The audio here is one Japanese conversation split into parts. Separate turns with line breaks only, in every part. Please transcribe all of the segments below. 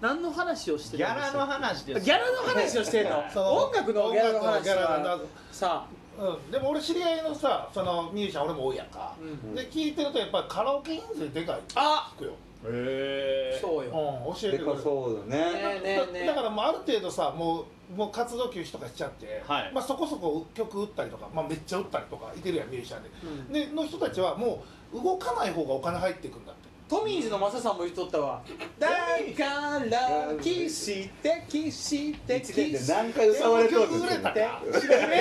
何の話をして
ギ
るん
ャ
でし
ラ
た
の話です
ギャラの話をしてん の
その
音楽のギャラの話
音楽のギャラ
は
の
さ
うん、でも俺知り合いのさそのミュージシャン俺も多いやんか、
うん
で聞いてるとやっぱりカラオケ印税でかい
あ
聞くよ、
へえ
そう
うん、
よ
教えて
で
くれ
か
る
そうだね
ねえねえねえ
だからもうある程度さもうもう活動休止とかしちゃって、
はい
まあ、そこそこ曲打ったりとか、まあ、めっちゃ打ったりとかいてるやんミュージシャンで,、
うん
での人たちはもう動かない方がお金入ってくんだって
トミーズのマサさんも言っとったわだからキスしてキスして
一年
キ
で
ス
何回歌われとるん
曲売
で
れ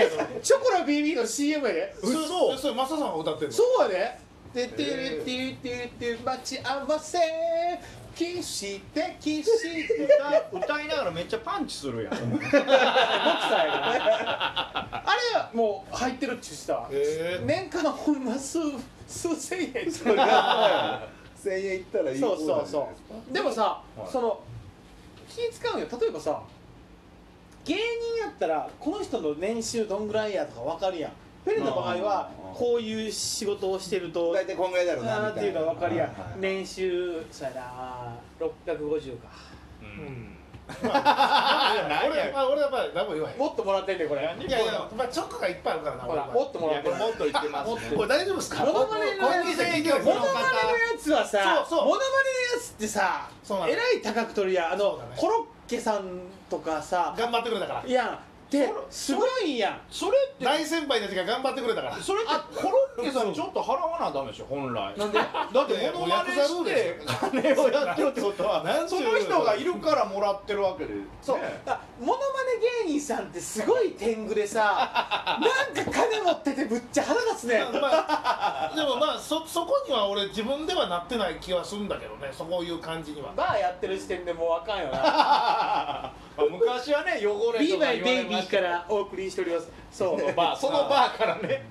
す
た
か
か
チョコラ BB の CM やで
それそれそれマサさんが歌ってるの
そうやでててるてるてるてる待ち合わせキスしてキスして
歌歌いながらめっちゃパンチするやん
ボクサーやからあれはもう入ってるっちゅうしたわ
へえ
年間のほんま数数千円
それが1000円いったらいい
そうそうそ
方なんじゃない う
でもさ、
はい
その気使うよ例えばさ芸人やったらこの人の年収どんぐらいやとか分かるやんフェレの場合は
うん
こういう仕事をしてると
大体こんぐらいだろう
あ
な
ーっ
み
て
た
い
いうな
のは分かるや
はいはい
ん年収そうやな650か
うん俺
俺
まあ俺はやっぱり何も言わへん
もっともらってんねんこれ
いやいや、まあ、チョコがいっぱいあるからな
ほら
俺
もっともらってんねん
もっと言ってますね
これ大丈夫ですか
モノマネのや
ここここに
つ
で聞いてる
モノマネのやつはさ
そうそう
モノマネのやつってさ
そうなの
えらい高く取るやんあ
そ
の
うだね
コロッケさんとかさ
頑張ってくれたから
いやんですごいんやん
それって
大先輩たちが頑張ってくれたから
それってコロッケさんちょっと払わなダメでしょ本来なんでだってモノマネして金をやってるってこと はその人がいるからもらってるわけで
そう、
ね
あモノマネ芸人さんってすごい天狗で さなんか金持っててぶっちゃ腹立つね
まあ、でもまあそそこには俺自分ではなってない気はするんだけどねそういう感じには
バーやってる時点でもうあかんよ な
昔はね汚れ
ビ
と
ーバ
か
イ
言わ
ベイ
れ
ビ
ま
ー
した
からお送りしておりますそうバー
そのバーからね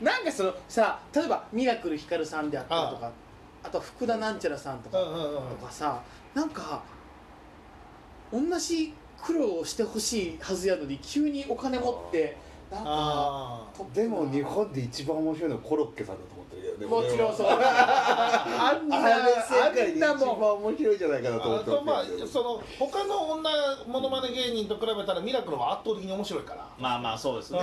なんかそのさ例えばミラクルひかるさんであったりとかあと福田なんちゃらさんと
うん
か、
うんうん
とかさなんか同じ苦労をしてほしいはずやのに急にお金持ってなんか
あ
と
でも日本で一番面白いのはコロッケさんだと思ってるけど
も
ね
ちろんそう
俺 は
あんな
あれ
あん
世界で
な
一
もん
番面白いじゃないかなと思
あ
って
とまあ
ますよ
その他の女モノマネ芸人と比べたらミラクルは圧倒的に面白いから
まあまあそうですね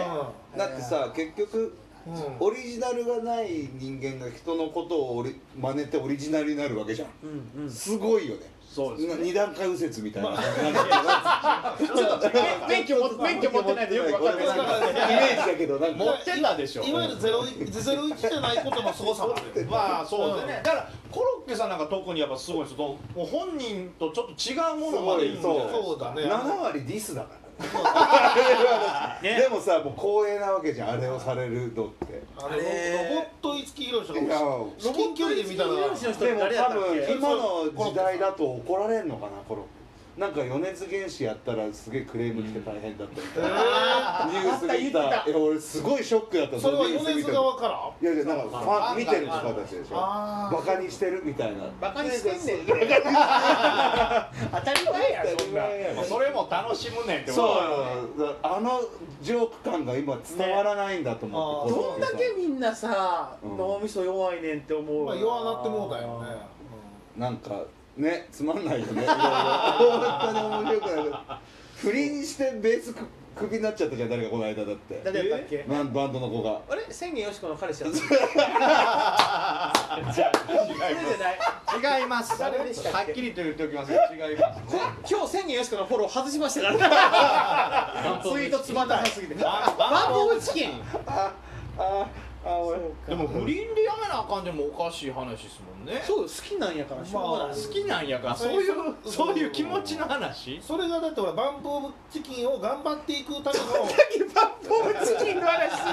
う
だってさ結局
んうん
オリジナルがない人間が人のことをオリ真似てオリジナルになるわけじゃん
うんうん
すごいよね
そうですね
な二段階右折みたいな、
免許も免許持ってないでよくわかんないですけど
俺もなんかイメージだけどなんか
持ってたでしょ
いわゆるゼロゼロ一じゃないことの凄さもあるよ
まあそうですね、だからコロッケさんなんか特にやっぱすごいんですよもう本人とちょっと違うものまでいいんじゃないですか
そうだね
7割ディスだからねでもさもう光栄なわけじゃんあれをされるのって
あれロボット五木ひろしとか
いや
も至近距離で見たら
ロボット五木ひろしの人
でも
誰やっ
多
たっけ
分今の時代だと怒られんのかなコロッケなんか米津玄師やったらすげえクレーム来て大変だったみたいな、ニュース見
あった言った
いや俺すごいショックだった
それは
のニュース
米
見
津
た
側から
いやいやなんかファン見てる人たちでしょ
あー
バカにしてるみたいな
バカにしてんね ん当たり前やそんな
まあそれも楽しむねんってことだよね
そうあのジョーク感が今伝わらないんだと思って、
ね
どんだけみんなさ
うん
脳みそ弱いねんって思う
まあ弱なってもうたよね
なんかねつまんないよねいろいろ本当に面白くない不倫してベースくクビになっちゃったじゃん誰かこの間だって
誰やったっけ
バンバンドの子が
あれ千言よしこの彼氏やったそれ
じゃ
じゃない
あ違います
誰でしたっけ
はっきりと言っておきます違います
こ
ね
今日千言よしこのフォロー外しましたからねツイートつまんなさすぎてバ
バン
ンボーチキン
ああ俺
でも不倫でやめなあかんでもおかしい話ですもんね
そう好きなんやからしょうが
ま
な
あ
い
好きなんやからそういうそういう気持ちの話
それがだってほらバンプオブチキンを頑張っていくための
バンボーチキンの話すんだ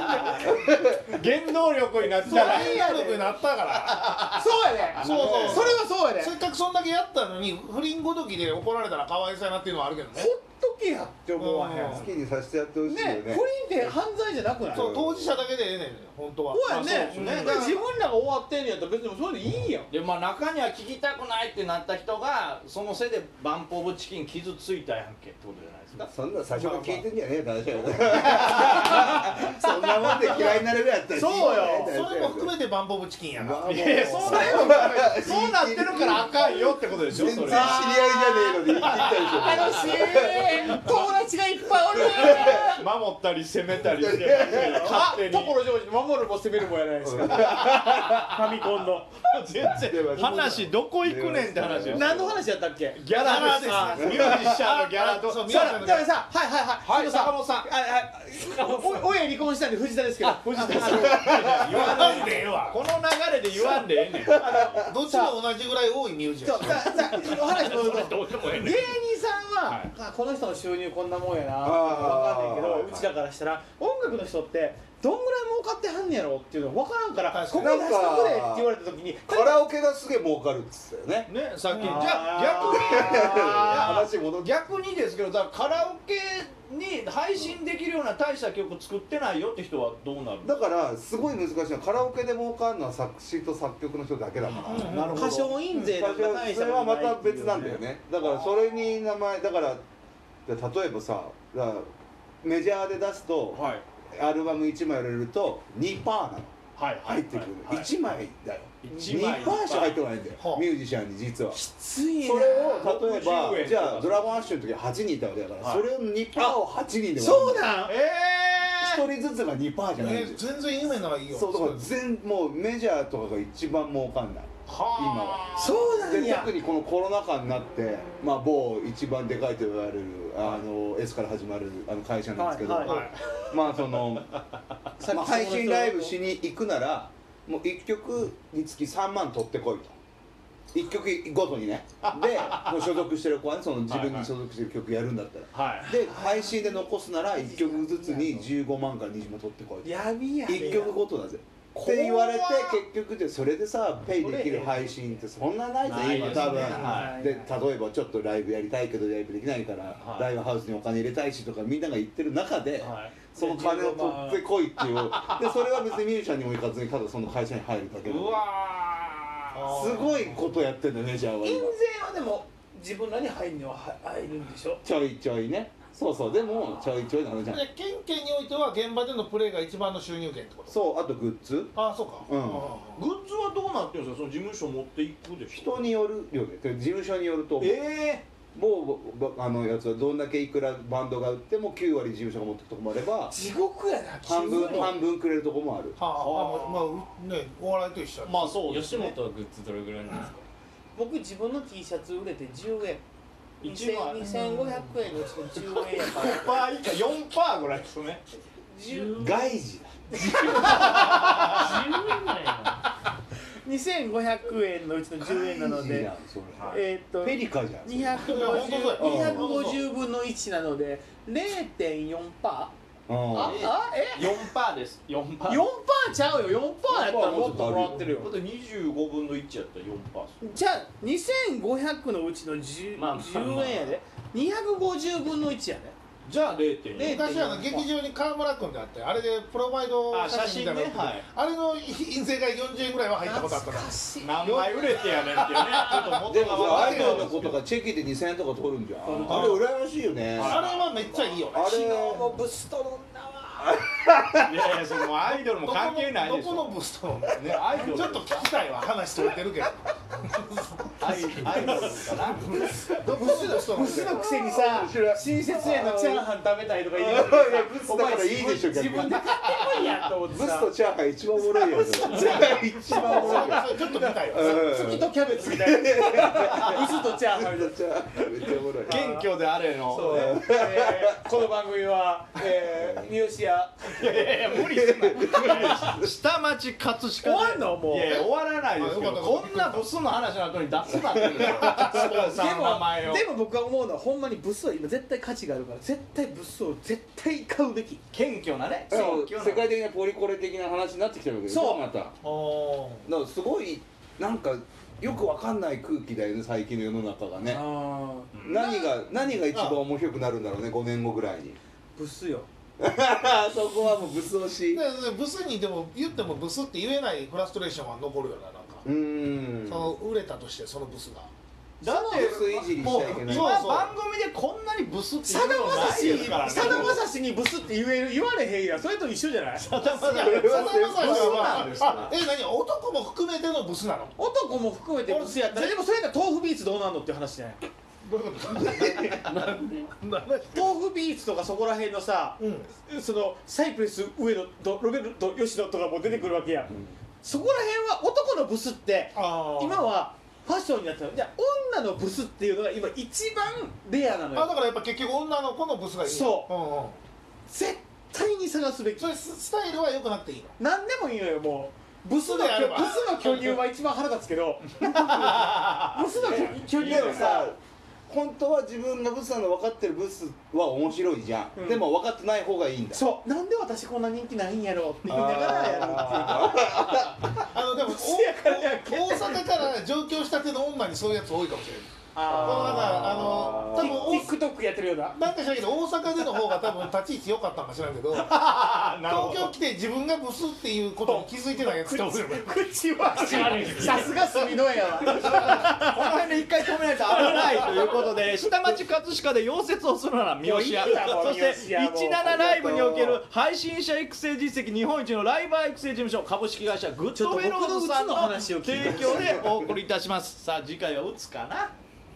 よ
原動力になった
そう
ら
いいやろになったから
そうやね
そうそう
それはそうやね
せっかくそんだけやったのに不倫ごときで怒られたらかわいそうやなっていうのはあるけどね
ほっとけやって思わへ
うんん
好きにさせてやってほしいよ
ね
ね
不倫って犯罪じゃなくない
そ
そう
当事者だけでええねん本当は
うや
まあ
ね
そう
ね
ですね
だから自分らが終わってんのやったら別にそれでいいやん
でまあ中には聞きたくないってなった人がそのせいでバンプオブチキン傷ついたやんけってことじゃないですか
そんな最初から聞いてんじゃねえ大丈夫そんなもんで嫌いになれるやったら
そうよ
いいよ
それも含めてバンボブチキンやな
やいやそんな
よ
そうなってるからあかんよってことでしょ
全
そ
然知
れ
り合いじゃねえのに言い切ったでしょ
楽しい友達がいっぱいおる
守ったり攻めたりして
あ
勝手に
所ジョージ守るも攻めるもやないですかファミコンの
全然話どこ行くねんって話です
何の話やったっけ
ギャラです
ギャラです
ミュージシャンのギャラ
あそう
と
ミ
そ
ュージシ
う
ャン
だからさはいはいはい
はい
その
坂本さん
ああお親離婚したんで藤田ですけど
あ藤田さん言わない
なんでええわ
この流れで言わんでええねんど
どっちも同じぐらい多いミュージ
そ
ア
うささお話戻ると
うでもええ
芸人さんは、
はい
あこの人の収入こんなもんやな
あ
わか
ー
んないけど、
はいはいう
ちらからしたら音楽の人ってどんぐらい儲かってはんねやろっていうの分からんから
確か
ここ
に
出しとくれって言われた時に
カラオケがすげえ儲かるっつったよね
ねさっきじ
あー
ゃあ
話戻っ
逆に逆に
て
ですけどだからカラオケに配信できるような大した曲作ってないよって人はどうなる
だからすごい難しいのはカラオケで儲かるのは作詞と作曲の人だけだから
なるほど
歌唱印税なんか大し
そ
た
れ
も
は
んな
ま
いっていう
た別なんだよねだからそれに名前だから例えばさだからメジャーで出すと
はい
アルバム1枚売れると2パーなの
はい
入ってくる
はい
1枚だよ
一
2
枚
パーしか入ってこないんだよ
はあ
ミュージシャンに実は
きついな
それを例
60
え
円とか
ばじゃあドラゴンアッシュの時は8人いたわけだから
はい
それを2パーを8人で
そう
だ
なん
え
1人ずつが2パーじゃないんだよ
全然夢ないよ
そうだから全もうメジャーとかが一番儲かんない
ー、はあ
そうなん
で
や
特にこのコロナ禍になって、まあ、某一番でかいと言われるあの S から始まるあの会社なんですけど、
はいはい
まあその、
さっき
まあ、配信ライブしに行くならもう1曲につき3万取ってこいと。1曲ごとにねでもう所属してる子はねその自分に所属してる曲やるんだったら、
はい
で配信で残すなら1曲ずつに15万から20万取ってこいと
闇や
一曲ごとだぜって言われて結局でそれでさペイできる配信ってそんなないぜ
ない
今
ですね
多分、
はい
で例えばちょっとライブやりたいけどライブできないから、
はい
ライブハウスにお金入れたいしとかみんなが言ってる中で、
はい
その金を取ってこいっていうでそれは別にミュージシャンにも行かずにただその会社に入るだけ
う
の
わ
すごいことやってんだよメジャーは
印
今
税はでも自分らに入るのは入るんでしょ
ちょいちょいねそうそうでもちょいちょいなのじゃん
で県県においては現場でのプレーが一番の収入源ってこと
そうあとグッズ
ああそうか
うん
ーグッズはどうなってるんですかその事務所持っていくでしょ
人によるよね事務所によると思う
え
某ぼあのやつはどんだけいくらバンドが売っても9割事務所が持ってくとこもあれば
地獄やな
半分
急に
半分くれるとこもある
はあ、はあ、まあ、
は
まあ、ねお笑いと一緒
え
や
まあそうです
吉
ね
本はグッズどれぐらいなんですか
僕自分の T シャツ売れて10円
一枚
2500円のうちの10円や から
5パー以下4パーぐらいですね
10
外事
自由なんや
2500円のうちの
だ
10円なの
外事
で
だそれ
はい
えーっと
ペリカじゃんそれ
本当そうや
250分の1なので0.4パーあ
う
あえ
4パーです4パー
4パーちゃうよ4パーやったらもっともらってるよ
だって25分の1やったら4パーです
じゃあ2500のうちの 10,
まあまあ
10円やで250分の1やで
じゃあ0.4
ね
昔あの劇場に川村君であってあれでプロマイド写真みたいなの売ってて
あ写真ねはい
あれの印税が40円ぐらいは入ったことあったな
しい
何枚売れてやねんっていうねちょっと
ん
元
で
が
も
分
さ
か
ア
んない
イドルの子とかチェキで2000円とか取るんじゃん
うん
あれ羨ましいよね
あ
あれはめっちゃいいよね
あれ
昨日もブスト飲んだわ
いやいやそれもうアイドルも関係ないでし
どこ
ょ
のブストもね
ね アイドル
ちょっと聞きたいわ話取れてるけど
アイアイドルかな
どこのブストも
ブスのくせにさ親切園のチャーハン食べたいとか言う
いやいやブスだからいいでし
自
ょ
分自分で買ってこいやと思って
ブス
さ
とチャーハン一番おもろいよ一番おもろいよ
ちょっと見たいわ
月とキャベツみたいなブスとチャーハンみたいな
ブスとチャーハンめっちゃおもろい
謙虚であれの
そうね、えーこの番組は、えー、三好や
いやいやいや無理すんな無理です下町葛飾
終わんのもう
いやいや終わらないですけ
あよ
ど
かった
こんなブスの話の後に出すなっていうのはスポンサ
で
ーの名前を
もでも僕は思うのはほんまにブスは今絶対価値があるから絶対ブスを絶対買うべき
謙虚なね
で
謙
も
虚な
世界的なポリコレ的な話になってきてるわけでしょ
そう
また
お
だからすごいなんかよくわかんない空気だよね最近の世の中がね
ああ
うん
何が何が一番面白くなるんだろうね5年後ぐらいに
ブスよ
そこはもう武装しう
でブスにでも言ってもブスって言えないフラストレーションは残るよななんか、
ーん
その売れたとしてそのブスが
だって
ブスいじりし
も
ちゃいけ
う
ない
今
そうそう
番組でこんなにブスって
さだまさし
からね
さだまさしにブスって言える言われへんやんそれと一緒じゃない
さだま
れは
さし
ブスなんですか
はあえ何男も含めてのブスなの
男も含めてブスやったらでもそれやったら豆腐ビーツどうなんのっていう話じゃない
どういうこと
豆腐ビーツとかそこら辺のさ
うん
そのサイプレス上野とロベルト吉野とかも出てくるわけやん、そこら辺は男のブスって
あー
今はファッションになってるじゃあ女のブスっていうのが今一番レアなの
あだ
よ
からやっぱ結局女の子のブスがいいの
そ
うんうん
絶対に探すべき
それススタイルは良くなくていいの
何でもいいのよもうブス の
ブスであれ
巨
ば
ブスの巨乳は一番腹立つけどブスの巨巨乳
でも
はさ
さ本当は自分がブスなの分かってるブスは面白いじゃん、
うん
でも分かってない方がいいんだ
そうなんで私こんな人気ないんやろって言いながらやる
あのでも
せやからや
お大阪から上京したての女にそういうやつ多いかもしれない
あ
あ
ー
ー多分
TikTok やってるような
なんか知らんけど大阪での方が多分立ち位置良かったんか知らんけど東京来て自分がブスっていうことに気づいてないやつって多いよね
口はさすが住野やわ
この辺で一回止めないと危ないということ で下町葛飾で溶接をするなら三好屋
もういいわもう
そし
三好
て
屋もう
17ライブにおける配信者育成実績日本一のライバー育成事務所株式会社グッドメロンズさんの
ちょっと僕のうつの話を聞い
提
て
供でお送りいたしますさあ次回は打つかな